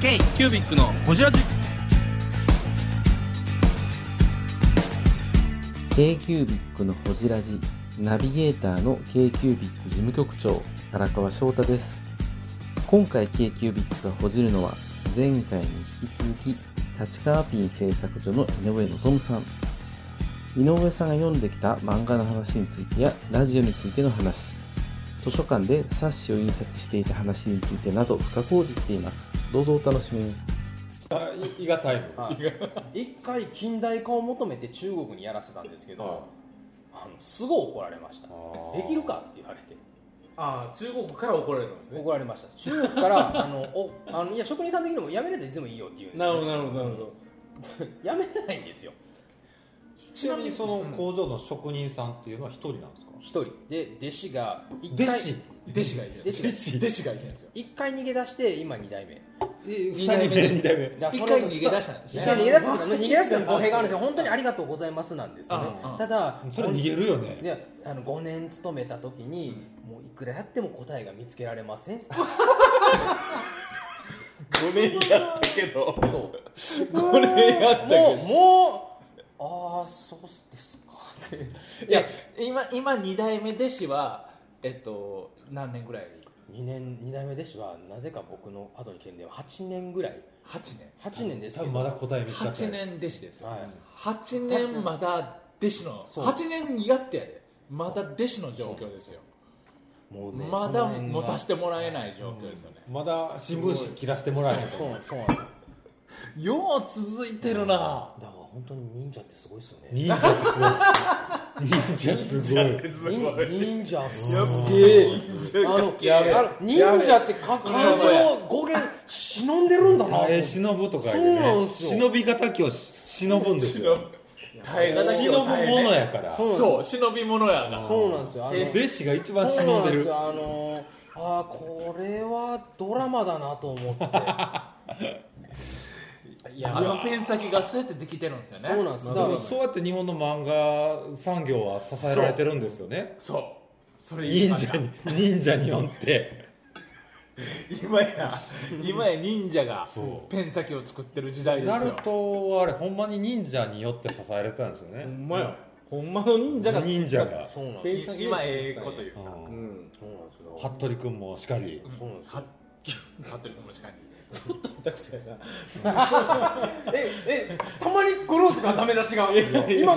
ケイキュービックのホジラジ k q u b i c のほじラジナビゲーターの k q u b i c 事務局長荒川翔太です今回 k q u b i c がほじるのは前回に引き続き立川ピン製作所の井上望さん井上さんが読んできた漫画の話についてやラジオについての話図書館で冊子を印刷していた話についてなど深くをじっていますどうぞお楽しみに伊賀タイム、はい一回近代化を求めて中国にやらせたんですけど、はあのすごい怒られましたあーできるかって言われてああ中国から怒られたんですね怒られました中国から あのおあのいや職人さん的にもやめれていつでもいいよって言うんですなるほどなるるほどなるほどどやめれないんですよちなみにその工場の職人さんっていうのは一人なんですか一人で弟子が一弟回子弟子がいて弟子がい子弟子がいてんですよ一回逃げ出して今二代目二代目二代目だから一その回逃げ出したんです一ね回逃げ出すけど逃げ出すの語弊があるんですよ本当にありがとうございますなんですよねああただそれ逃げるよねであの5年勤めた時に、もういくらやっても答えが見つけられません5年やったけどそう5年やったけどもうもうああそうですかっていや今今二代目弟子はえっと何年ぐらい2年2代目弟子はなぜか僕の後に来てるんで8年ぐらい八年8年です多けど分まだ答え見つかって八ない年弟子ですよはい八年まだ弟子のそう八年苦手やでまだ弟子の状況ですよもうねまだその辺が持たせてもらえない状況ですよねまだ新聞紙切らしてもらえないとそうそうなんですだかよう続いてるなら本当に忍者ってすごいですよね忍者ってすごい忍者すごい忍忍者すごいえあのあの忍者ってか漢字の語源忍んでるんだな耐え忍ぶとかそうなんですよ忍び敵をし忍ぶんですよ耐え忍ぶものやからそうそう忍び者やなそうなんですよあの弟子が一番そう忍んでなんでするよあのあーこれはドラマだなと思っていやあのペン先がそうやってできてるんですよねそうなんですだよかだらからそうやって日本の漫画産業は支えられてるんですよねそうそれ忍者に忍者によって今や今や忍者がそうペン先を作ってる時代でナすルよトはあれほんまに忍者によって支えられてたんですよほねんまよほんまの忍者が作った忍者がそうなんですペよン先で今作ったんやええこと言うううんんそうなんですよ服部君もしかりそうなんですよははってるかもしれないちょっと下手くそやなええたまにゴロースがダメ出しが今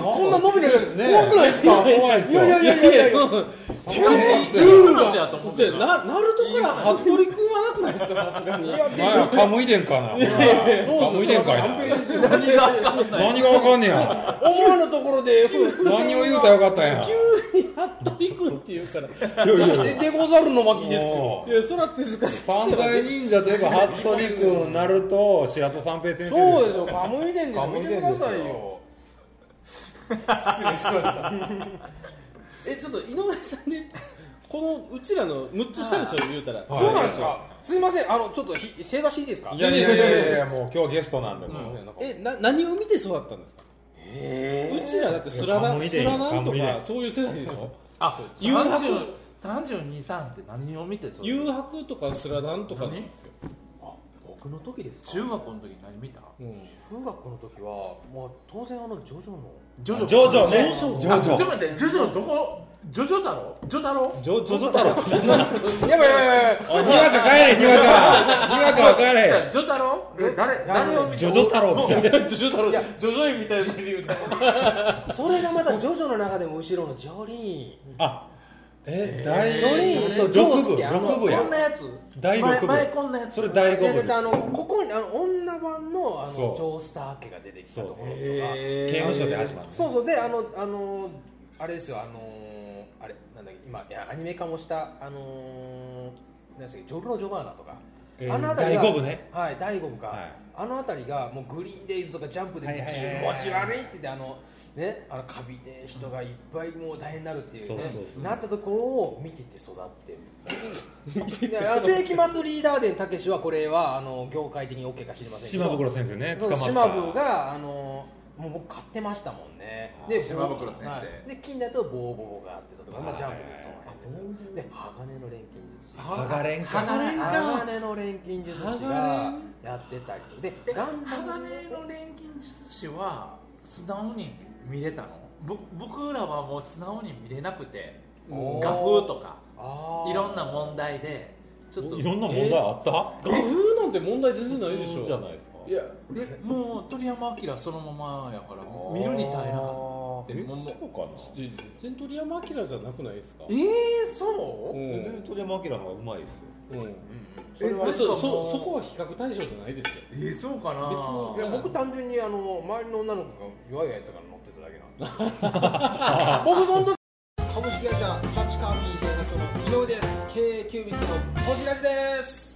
なんかこんな伸びるね怖くないですか怖いですよいやいやいやいやいやいやいい話やと思っじてゃるあななナルトから服部君はなくないですかさすがにいやで前はカムイ伝かなほらカムイ伝かいな何が分かんない何がわかんねや思わぬところでふ何を言うたらよかったんや服部君って言うからいいやいやででござるの巻ですよもうやそら手塚先生は三大忍者といえば服部君ナルト白戸三平先生そうですよよ、カムイ伝ですよ、見てくださいよ。失礼しましたえちょっと井上さんねこのうちらの6つ下でしょ言うたらはいそうなんですか。すいません、あの、ちょっとひ、正座していいですか。いやいやいやいやもう今日はゲストなんでもすいませうんなんかえな何を見て育ったんですかえうちらだってスラいやダカムイス伝ラダンとカムイか伝そういう世代でしょあ誘惑32、3って何を見てそれ誘惑とかスラダンとかなんですよ、僕の時ですか。中中学の時何見たうん学校の時は、まあ、当然、あの、ジョジョの。ジョジョジョねジョジジョョジョあちょっと待ってジョジョどこジョジョだろジョだろジョジョ太郎やばいやばいやばい。おいにわか帰れにわかにわかは帰れジョだろえ誰誰を見ジョジョ太郎って ジョジョ太郎ジョジョ園みたいなので言うたそれがまた、ジョジョの中でも、後ろのジョリーン。あえ第ジョリーとジョースケあの六部六部やこんなやつ第六部前前こんなやつそれ第い5や、だっ部て、あの、ここに、あの、女版の、あの、ジそうョースター家が出てきたところとか。刑務所で始まるそうそうであのあのあれですよあのあれなんだっけ今いやアニメ化もしたあのなんですかジョルノ・ジョバーナとか、えーあの辺りが第五部ねはい第5部か、はいあの辺りがもうグリーンデイズとかジャンプでは気いはいはいはい持ち悪いって言ってあのねあのカビで人がいっぱいもう大変になるっていうねそうそうそうなったところを見てて育って る。であの世紀末リーダーデンたけしはこれはあの業界的に OK か知りませんけど島袋先生ね捕そうまった島部があのもう僕買ってましたもんねあー島袋先生はいで金だとボーボーがあってとか、まあ、ジャンプでその辺ですよで鋼の錬金術師ハガレンか鋼鋼の錬金術師がやってたりとかでガンダム鋼の錬金術師は素直に見れたのぼ僕らはもう素直に見れなくておー画風とかあーいろんな問題でちょっといろんな問題あった画風なんて問題全然ないでし普ょ通じゃないですかいやえもう鳥山明そのままやから見るに耐えなかったえもうそうかな全然鳥山明じゃなくないですかえー、そううん全然鳥山明の方がうまいですようんそれはでねえそそなんかもうそこは比較対象じゃないですよえー、そうかな別のいや僕単純にあの周りの女の子が弱いやつから乗ってただけなんで 僕その時株式会社立川民生社長の井上です経営キュービックのこじらじです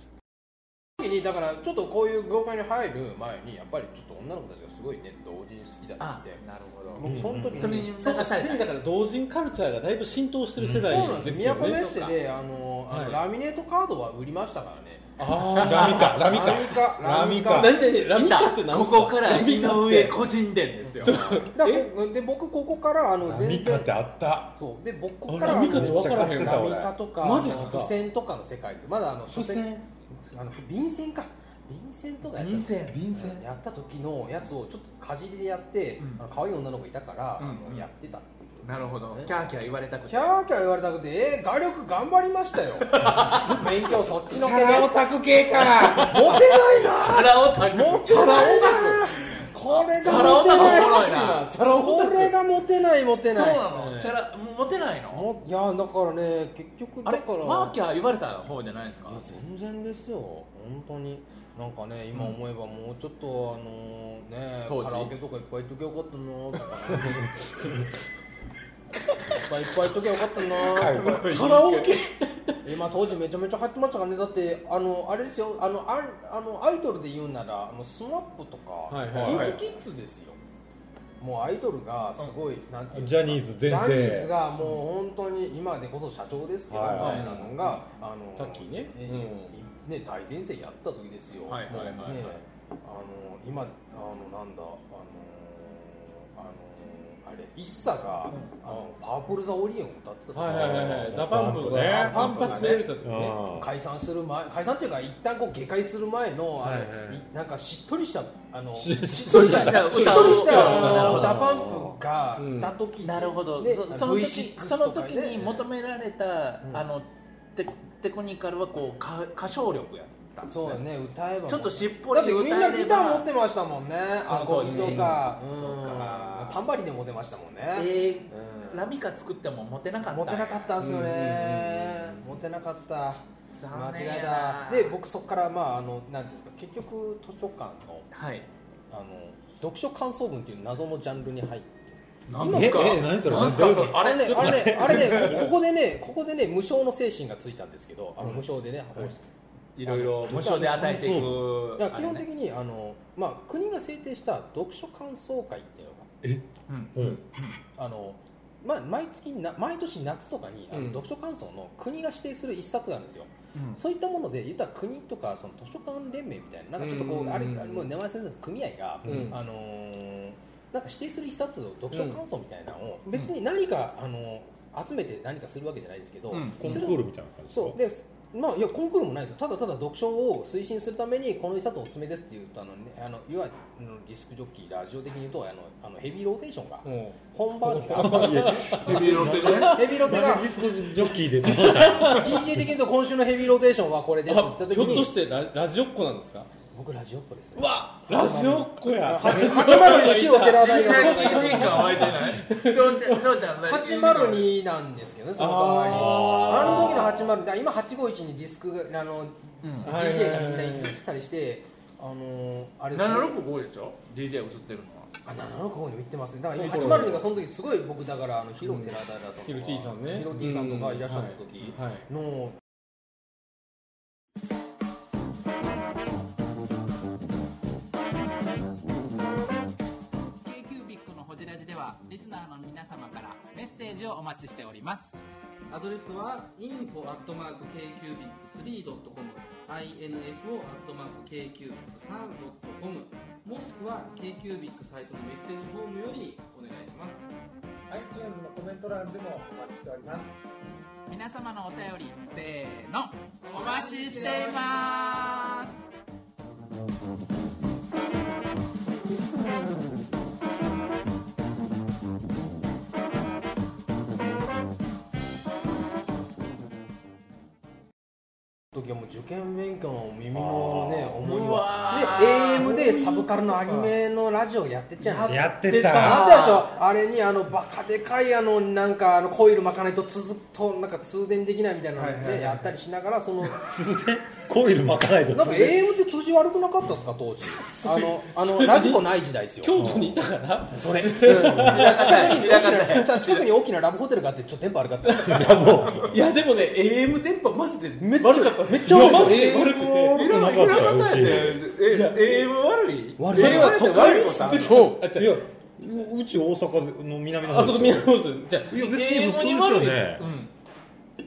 時にだからちょっとこういう業界に入る前にやっぱりちょっと女の子たちがすごいね同時に好きだったっあてなるほど僕その時それににそうか流されすでたにだから同人カルチャーがだいぶ浸透してる世代そうなんでですすよよ都メねッセであのあの、はいラミネートカードは売りましたからねラミカラミカラミカララミ何何ラミカって何こすこから井上こ個人伝ですよカだからこで僕ここからあのラミ全カ然ってあったそうで僕こここかかららあラのミカって分からへんラわミカとかマジっすか付箋とかの世界ですまだあの書付箋あの便箋か便箋とかやった便箋便やった時のやつをちょっとかじりでやって、うんあの可愛い女の子いたから、うんあのやってたっていうなるほどねキャーキャー言われたくてキャーキャー言われたくて、えー、画力頑張りましたよ勉強そっちのけでモテタク系かないなカラオタクもうチャラ男これがモテないチこれがモテないモテそうないなのチャラもうモテないのもいやだからね結局だあかれらマーキャー言われた方じゃないんですかいや全然ですよ本当になんかね今思えばもうちょっと、あのね当時カラオケとかいっぱい行っときゃよかったなと かねいっぱいいっぱい行っときゃよかったなとかカラオケ今当時めちゃめちゃ入ってましたからねだってあのあれですよあのああのアイドルで言うならあのスマップとか、はいはいはい KinKiKids ですよもうアイドルがすごい、なんていうんジャニーズ全盛ジャニーズがもう本当に今でこそ社長ですけどみはたいいはいなのが、あのさっきねえーね大先生やった時ですよ、はいはいはいはいもうねあの今あのなんだあのあのあれ一茶が、あのパープル・ザ・オリエンを歌ってた時はいはいはいはいダパンプねがパンパ詰められた時ね解散する前解散っていうか一旦こう下界する前のあの、はいはいいなんかしっとりしたあのししっとりした歌をしっとりしたあうのんダパンプがいた時になるほど、ねそその時 V6 そのとか時ねに求められた、うんあのテテクニカルはこうか歌唱力やったんですそうだねね歌えばちょっとしっぽりだってみんなギター持ってましたもんねそアのコ当ギ時とねかうんそうかタンバリンで持てましたもんね、えーうんラミカ作ってもモテなかったモテなかったんですよね、モテなかった間残念違いやだなで僕そこからまああのなんていうんですか結局図書館のはいあの読書感想文っていう謎のジャンルに入って何ですかええ何それ何ですかどういうこああれれね、あれね、あれね、こここでね、ここでね、無償の精神がついたんですけど、あの無償でね、発行していろいろ無償で与えていくだから基本あれ的ねに、あの、まあ、国が制定した読書感想会っていうのうんうんが。あの、まあ、毎月な、毎年夏とかに、あのうん読書感想の国が指定する一冊があるんですよ。うんそういったもので、言ったら国とか、その図書館連盟みたいな、なんかちょっとこうんうんう、うんあれ、あれもう名前するんです、組合が、うんあのーなんか指定する一冊を読書感想みたいなのを、別に何か、あのー集めて何かするわけじゃないですけど、うんコンそクれをールみたいな感じそうででまあいやコンクールもないですよただただ読書を推進するためにこの一冊おすすめですっていうとあの、ね、あのいわゆるディスクジョッキーラジオ的に言うとあのあのヘビーローテーションがうん本番ヘすかヘビロテでビーローテがディスクジョッキーでどうだった DJ 的に言うと今週のヘビーローテーションはこれですって言っあたひょ時っとにしてララジオっ子なんですか僕ラジオっ子ですうわラジオっ子や802広寺大学とかいた責任感湧いてない802なんですけどねその代わりあの時の802だから今851にディスクがあの、DJ がみんな映ったりしてあのーあれですね765でしょ DJ 映ってるのはあ、765にも行ってますね。だから今802がその時すごい僕だからあのヒロテラダラさんとか、ヒロ T さんねヒロ T さんとかいらっしゃった時はいの京急ビックのホジラジではリスナーの皆様からメッセージをお待ちしております。アドレスは info.kcubic3.com info.kcubic3.com もしくは KQBIC サイトのメッセージフォームよりお願いしますはい、iTunes のコメント欄でもお待ちしております。皆様のお便りせーのお待ちしています時はもう受験勉強の耳のね思いうわはで AM でサブカルのアニメのラジオやってっちゃうやってあたったでしょあれにあのバカでかいあのなんかあのコイル巻かないと続くとなんか通電できないみたいなので、やったりしながらその コイル巻かないとなんか AM って通じ悪くなかったですか当 時あのあのラジコない時代ですよ京都にいたからそれ、うん、近くに大きな近くに大きなラブホテルがあってちょっと電波悪 かったんですよいやでもね AM 電波マジでめっちゃ悪かっためっちゃ悪いマジで悪くて悪くなかったようちえ AM 悪い悪いそれは都会にそ住んでれはたあ違ういやううち大阪の南の方あそこ宮本さんじゃいや別に普通ですよねう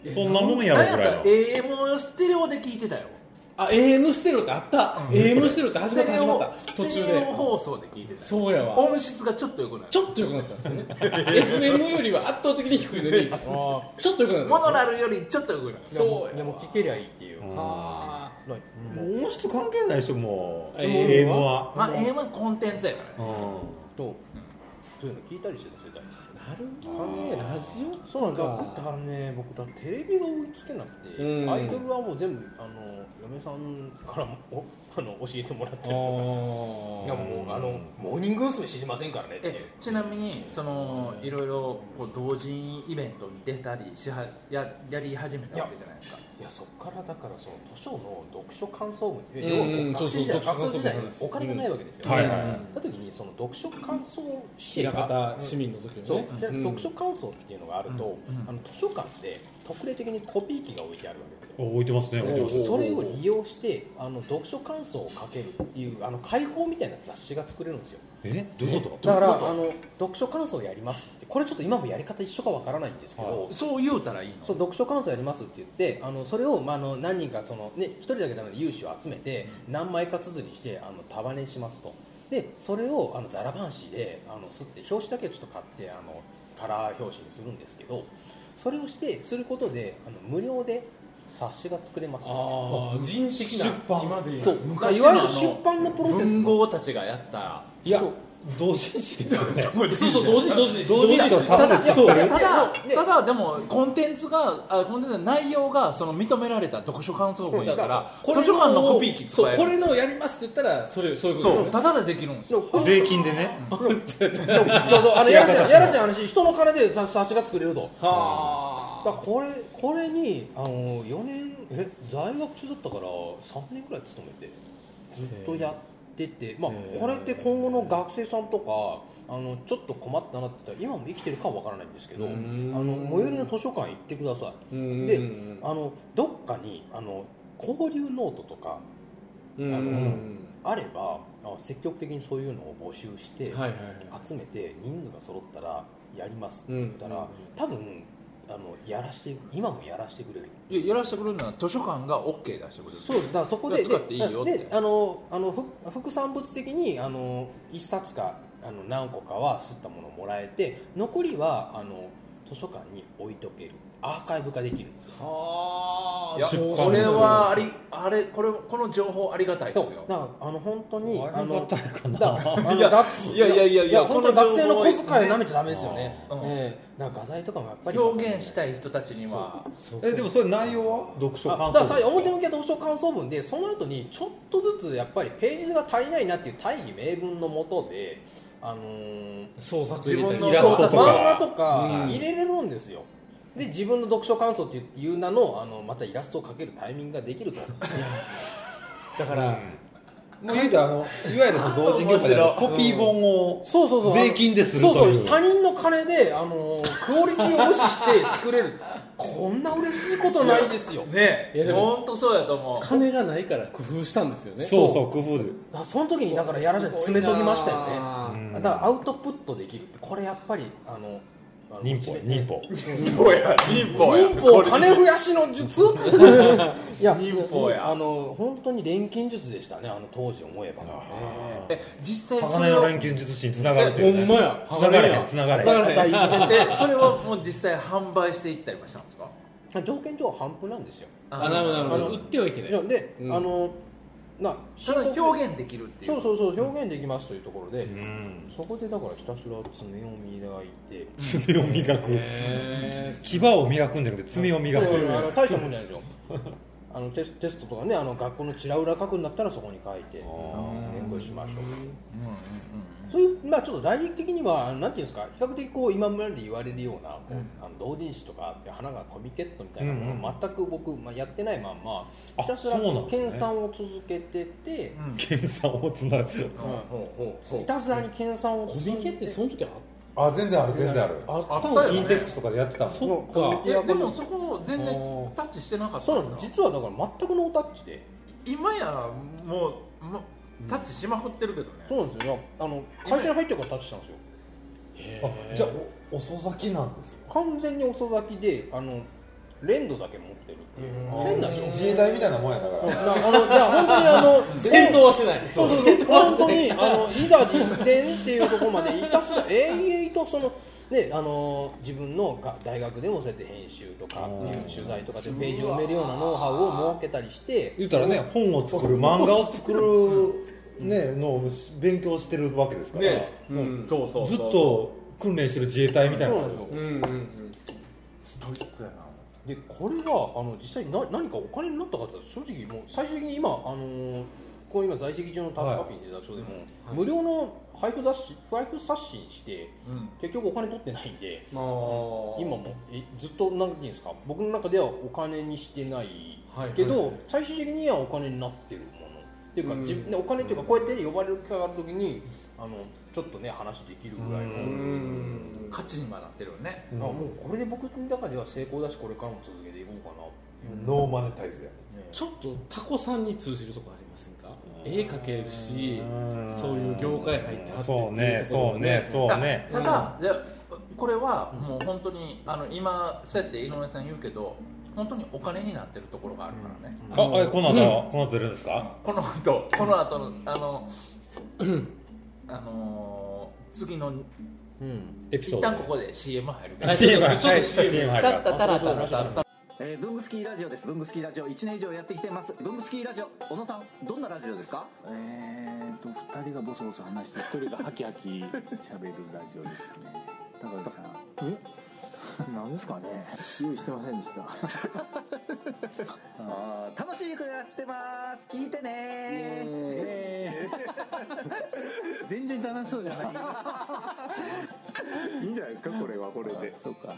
んそんなもんやろぐらいのなんやったら AM をステレオで聞いてたよあ AM ステロってあった、AM ステロって始まった始まったステ途レ中オステレでオ放送で聞いてたそうやわ音質がちょっと良くないちょっと良くなったんですよね FM よりは圧倒的に低いのにちょっと良くなったんですモよノラルよりちょっと良くないそうやでも聞けりゃいいっていう、あない音質関係ないでしょもうえー AM はまあ AM はコンテンツやからねと、そういうの聞いたりしてた世代ーなるほどねラジオそうなんだだからね僕だからテレビが追いつけなくて、うんアイドルはもう全部あの嫁さんからも おあの教えてもらってるいやもうあのモーニング娘。知りませんからねっていうえちなみにそのいろいろこう同人イベントに出たりしはややり始めたわけじゃないですかいやそっからだからその図書の読書感想文うん要はそうそ学生う時読代学書感生想文時代にお金がないわけですよ、はいはいはいだ時にその読書感想指定平が方市民の時そのうねでうん読書感想っていうのがあると、うんうんあの図書館で特例的にコピー機が置いてあるわけですよあ置いてますね置いてますそれを利用してあの読書感想を書けるっていうあの開放みたいな雑誌が作れるんですよえどういうことだからあの読書感想やりますってこれちょっと今もやり方一緒かわからないんですけど、そう言うたらいいのそう読書感想やりますって言ってあのそれを、まあ、あの何人かその、ね、一人だけなので有志を集めて何枚か綴りにしてあの束ねしますとでそれをあのザラバン紙であの刷って表紙だけちょっと買ってあのカラー表紙にするんですけどそれをしてすることであの無料で冊子が作れますああ人的な出版今で言そう昔いのあわのゆる出版のプロセス文豪たちがやったいやそう同人誌ですよねそうそう同時同時同時とただいやそういやただいやただでもコンテンツがあコンテンツの内容がその認められた読書感想文やからこれ図書館のコピー機使えそうこるれのをやりますって言ったらそれそういうことそうただでできるんですよ税金でねそうそうあのやらしいやらしい話人の金でさ冊子が作れるとはだからこれこれにあの4年え在学中だったから3年くらい勤めてずっとやってて、まあへ、ーこれって今後の学生さんとかあのちょっと困ったなって言ったら今も生きてるかはわからないんですけどあうーんの最寄りの図書館行ってくださいあでであのどっかにあの交流ノートとかうんあのうんあればあ積極的にそういうのを募集して、はいはいはい集めて人数が揃ったらやりますってうん言ったら、多分あのやらして今もやらしてくれるいややらせてくれるのは図書館が OK 出してくれるそうですだからそこでいや使っていいよってであのあの副副産物的にあの1冊かあの何個かは吸ったものをもらえて残りはあの図書館に置いとけるアーカイブ化できるんですよはあいやそうこれはありあれこれこの情報ありがたいでそうすよだからあの本当にあれのよかったのかなだからあのいや学いやいやいやいや本当に学生の小この情報は遣いなめちゃダメですよね、うんええだから画材とかもやっぱり表現したい人たちにはえでもそれ内容は読書あ感だ想からさ表向きは読書感想文でその後にちょっとずつやっぱりページが足りないなっていう大義名分のもとで、あのー創作自分のイラストとか漫画とかうん入れれるんですよ、で自分の読書感想っていう名のあのまたイラストを描けるタイミングができるとだからもう言うとあのいわゆるその同人業界であるコピー本をそうそうそう税金でするそうそというう他人の金で、あのークオリティを無視して作れるこんな嬉しいことないですよねいやでも本当そうやと思う金がないから工夫したんですよねそうそう工夫でだからその時にだからやらせて詰めときましたよねあうんだからアウトプットできるってこれやっぱりあのああの忍法モチベ忍法どうや忍法や忍法金増やしの 術いや忍法やあの本当に錬金術でしたねあの当時思えば、え実際そ鋼れのを錬金術師に繋がるという、ね、ほんまや繋がれへん繋がれへんだからねえそれをもう実際販売していったりもしたんですか条件上は半分なんですよあなるほどなるほあどの売ってはいけないいやで、うんあのなただ表現できるっていうそうそうそう表現できますというところで、うんそこでだからひたすら爪を磨いて、 爪を磨く牙を磨くんじゃなくて爪を磨くそうあの大したもんじゃないですよ あのテステストとかねあの学校のチラウラ書くんだったらそこに書いて原稿しましょうそういうまあちょっと大陸的にはあのなんていうんですか比較的こう今まで言われるようなこう、あの同人誌とかって花がコミケットみたいなものを全く僕、まあ、やってないまんまあひたすらそうなんですね研鑽を続けてて、研鑽を繋ぐそうひたすらに研鑽をコ積ミんケでってその時ああ全然ある全然あるあったんあでったすイよよンテックスとかでやってたもんそっかえでもそこ全然タッチしてなかったそうなんんでですすか実はだから全くノータッチで今やもうもうタッチしまくってるけどねそうなんですよいやあの会社に入ってからタッチしたんですよあじゃあお遅咲きなんですよ完全に遅咲きであの連度だけ持ってるっていう変な人自衛隊みたいなもんやだからなあのだから本当にあ の戦闘はしてないそうそうそう本当にあのいざ実践っていうところまでいたすら永遠と そのねあの自分のが大学でもそうやって編集とかっていう取材とかでページを埋めるようなノウハウを設けたりして言うたらね本を作る漫画を作る、ね、のを勉強してるわけですから、ねうんそうそうそうずっと訓練してる自衛隊みたいなそうなんですようんうんうんストイックやなでこれがあの実際にな何かお金になったかって正直もう最終的に今あのーこう今在籍中のタッチカピーっていう雑誌でも、無料の配布雑誌配布刷新してうん結局お金取ってないんでまあ今もえずっと何て言うんですか僕の中ではお金にしてないはいけど、はいはい最終的にはお金になってるものっていうか、うん自分でお金っていうかこうやってね、呼ばれる機会がある時にあのちょっとね話できるぐらいの、うん価値にもなってるよねあもうこれで僕の中では成功だしこれからも続けていこうかなノーマネタイズやちょっとタコさんに通じるとこありませんか絵描けるしそういう業界入ってはってそうねっていうとこそうろでねそうねただ、じゃあこれはもう本当にあの今そうやって井上さん言うけど本当にお金になってるところがあるからね、あえこの後、この後出るんですかこの後この後のあのあのー次のうん、エピソ一ード旦ここで CM 入るからで CM 入ります CM 入りたまっすたたらたらたらえー、ブングスキーラジオです。ブングスキーラジオ1年以上やってきてます。ブングスキーラジオ、小野さん、どんなラジオですかえーと、2人がボソボソ話して、1人がハキハキ喋るラジオですね。高橋さん。え何ですかね用意してませんでした。あー楽しくやってます。聞いてね全然楽しそうじゃない。いいんじゃないですか、これはこれで。そうか。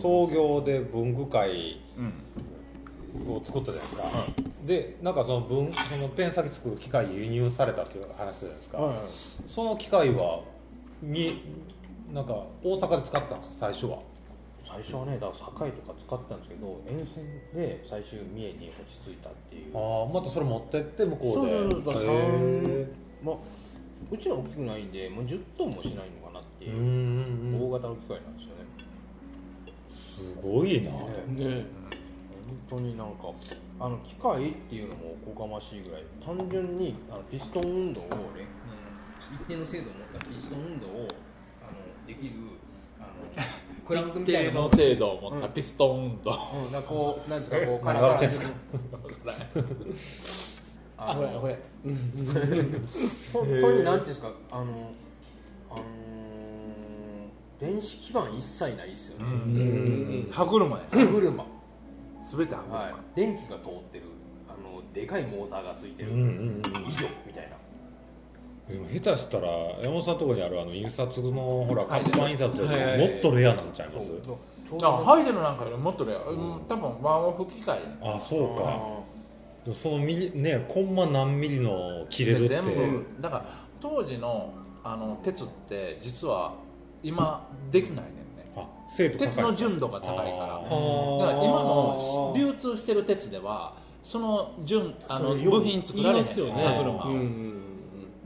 創業で文具会を作ったじゃないですか、でなんかその文そのペン先作る機械輸入されたっていう話じゃないですか、その機械はになんか大阪で使ったんですよ最初は最初はねだから堺とか使ったんですけど沿線で最終三重に落ち着いたっていうああまたそれ持ってって向こうでそうそうそうそうへーまあうちら大きくないんでもう10トンもしないのかなってういんううん大うん型の機械なんですよね、すごいな、ねね本当になんかあの機械っていうのもおこがましいぐらい単純にあのピストン運動を、ね一定の精度を持ったピストン運動をあのできるあのクランクみたいなのうん精度を持ったピストン運動、なんかこうなんですかこうカラカラするあほやほや本当になんていうんですかあのあのー電子基板一切ないですよね、歯車や歯車全て歯車、はい電気が通ってるあのでかいモーターがついてる、うんうん以上みたいなうん、でも下手したら山本さんのところにあるあの印刷のほらはい看板印刷とかはいはいもっとレアなんちゃいます、あハイデルなんかよりもっとね、うん、多分ワンオフ機械あそうあかーでもそのミリねコンマ何ミリの切れるっでて全部だから当時のあの鉄って実は今できないねんねあ精度高い鉄の純度が高いからだあかーら今の流通してる鉄ではその純あの部品作られへ言いまんすよね歯車はうんうん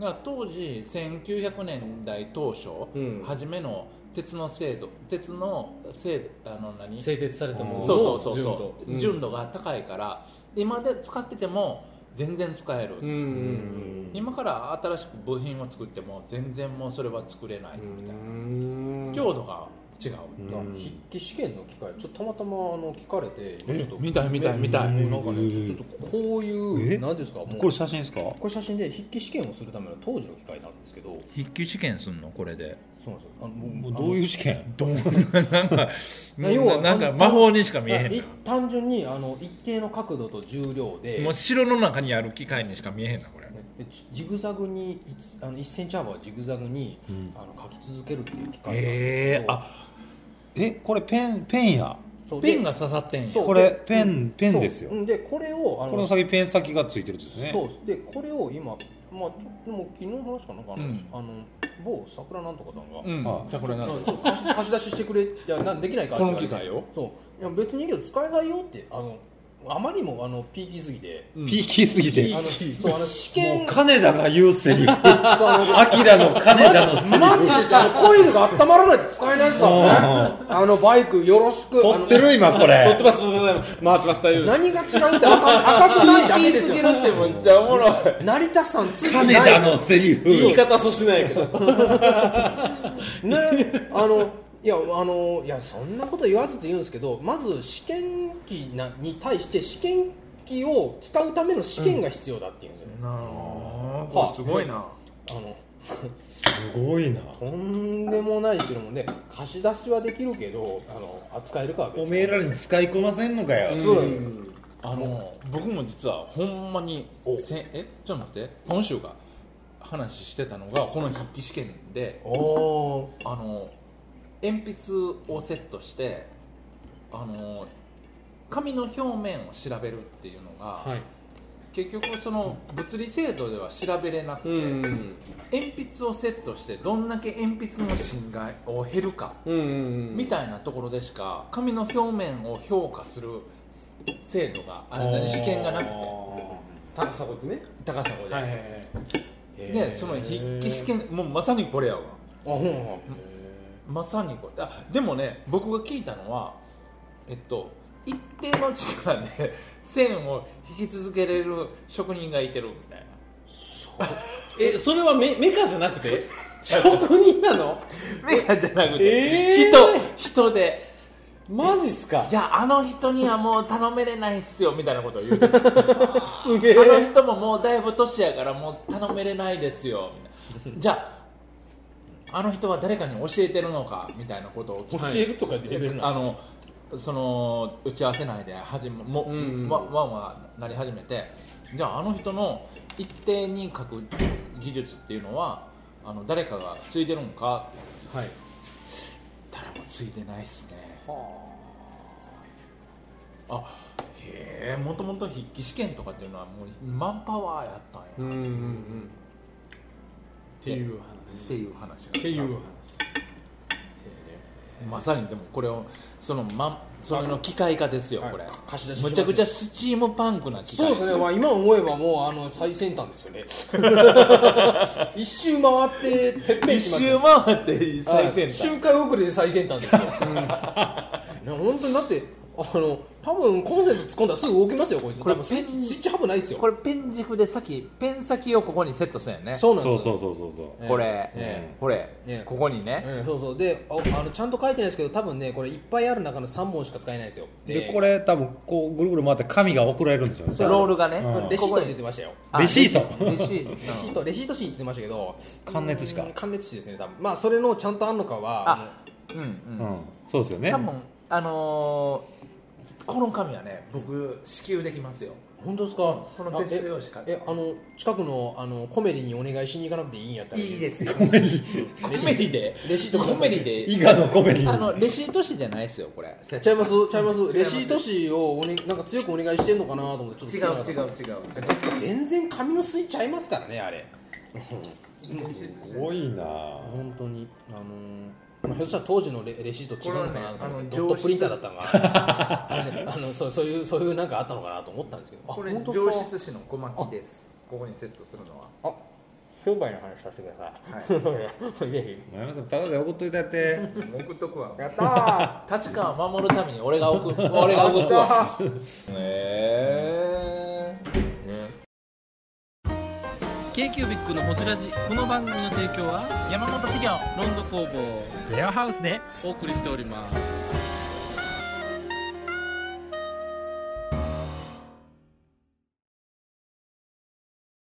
だだから当時1900年代当初、うん初めの鉄の制度鉄の制度あの何製鉄されたものそうそうそう純そ度う、純度が高いから今で使ってても全然使える、うんうん今から新しく部品を作っても全然もうそれは作れないみたいな、うん強度が違う、筆記試験の機会ちょっとたまたまあの聞かれてえちょっと見たい見たい見たいねなんかねちょちょっとこういえう何ですかもうこれ写真ですかこれ写真で筆記試験をするための当時の機械なんですけど筆記試験すんのこれでそうなんですよもあのうどういう試験なんか要はなんか魔法にしか見えあへい単純にあの一定の角度と重量んでもう城の中にある機械にしか見えへんなこれでジジグザグにいつあの1センチ幅をジグザグに、あの書き続けるっていう機械なんですけど、えこれペンペンやそうでペンが刺さってんやそうこれでペンうんペンですよそううんでこれをあこの先ペン先がついてるんですねそうでこれを今、まあ、ちょでも昨日の話かなあの,、うんあの某桜なんとかさんが、うんあ桜なそう貸し貸し出ししてくれいやなんできないかって言われてこの機械をそういや別にいいけど使えないよってあのあまりにもあのピーキーすぎて、ピーキーすぎてあのそうあの試験金田が言うセリフそうあのアキラの金田のマジでさ、あのコイルが温まらないと使えないですからね。あのバイクよろしく。撮ってあのる今これ撮ってます撮ってます回ってます大丈夫です何が違うって赤赤くないだけですよ。ってもっちゃおもろい成田さんついてない。金田のセリフ言い方そうしないけどね、あの、いや、あの、いや、そんなこと言わずと言うんですけど、まず試験機なに対して試験機を使うための試験が必要だって言うんですよね。あすごいなあのすごいなとんでもない代もね貸し出しはできるけどあの扱えるかは別おにめえらに使いこませんのかよそうなんですよあの僕も実はほんまにせえちょっと待って今週が話してたのがこの筆記試験でおーあの鉛筆をセットしてあの紙の表面を調べるっていうのが、はい結局その物理制度では調べれなくて、うん鉛筆をセットしてどんだけ鉛筆の芯がを減るかうんうんみたいなところでしか紙の表面を評価する制度があれだね試験がなくて高砂でね高砂で、はいはいでその筆記試験もうまさにこれやわあほんほんまさにこれあでもね僕が聞いたのはえっと一定の力で線を引き続けれる職人がいてるみたいなえそれはメメカじゃなく て職人なのメガじゃなくて、えー人人でマジっすかいやあの人にはもう頼めれないっすよみたいなことを言うてるすげあの人ももうだいぶ年やからもう頼めれないですよみたいなじゃああの人は誰かに教えてるのかみたいなことを教えるとかでレベルなあののその打ち合わせ内で始めも、うんわわんわんなり始めてじゃああの人の一定に書く技術っていうのはあの誰かがついてるんかってはい誰もついてないっすねあへえもともと筆記試験とかっていうのはもうマンパワーやったんや、うんっうんうんっていう話ていう話がっていう話まさにでもこれをそのまんそれの機械化ですよはいこれ貸し出ししまむすちゃくちゃスチームパンクな機そう械ですね、まあ、今思えばもうあの最先端です よね一周回っててっぺん一行周回って最先端周回遅れで最先端です よ、うん、本当にだってあの多分コンセント突っ込んだらすぐ動きますよこいつこれ多分スイッチスイッチハブないですよこれペン軸で先ペン先をここにセットするよねそうなんそでうすよそうそうそうそうこれ、えこれ、ええここにね、ええそうそうでああのちゃんと書いてないですけど多分ねこれいっぱいある中の3本しか使えないですよでこれ多分こうぐるぐる回って紙が送られるんですよねそうロールがね、うんレシーこトこにに出てましたよあレシートレシートレシートレシートシーンって言ってましたけど関熱紙かうん関熱紙ですね多分まあそれのちゃんとあんのかはあのあうんうんうんそうですよね多分あのーこの紙はね僕支給できますよ本当ですか。このテスト用紙かあええあの近くのあのコメリにお願いしに行かなくていいんやったら。いいす。です よコメディコメディでレシートくださコいメディで伊賀のコメディあのレシート紙じゃないですよこれ違ちゃいます。ちゃいます。レシート紙をおねなんか強くお願いしてんのかなと思ってちょっと違う気になった。違う違う全然紙の吸いちゃいますからねあれ。すごいな本当にあのー。まあ、ひょっとしたら当時のレレシート違うのかなと思って、これはねドあのット上質プリンターだったのかなあれね あのそうそういうそういうなんかあったのかなと思ったんですけどあこれ本当上ですか質紙の小巻きですここにセットするのはあ商売の話させてください。 ぜ前山さんただで送っといたって送っとくわひ。やったー立川を守るために俺が送る俺が送るわええ k q b i c のホジラジこの番組の提供は山本資源ロンド工房レアハウスでお送りしております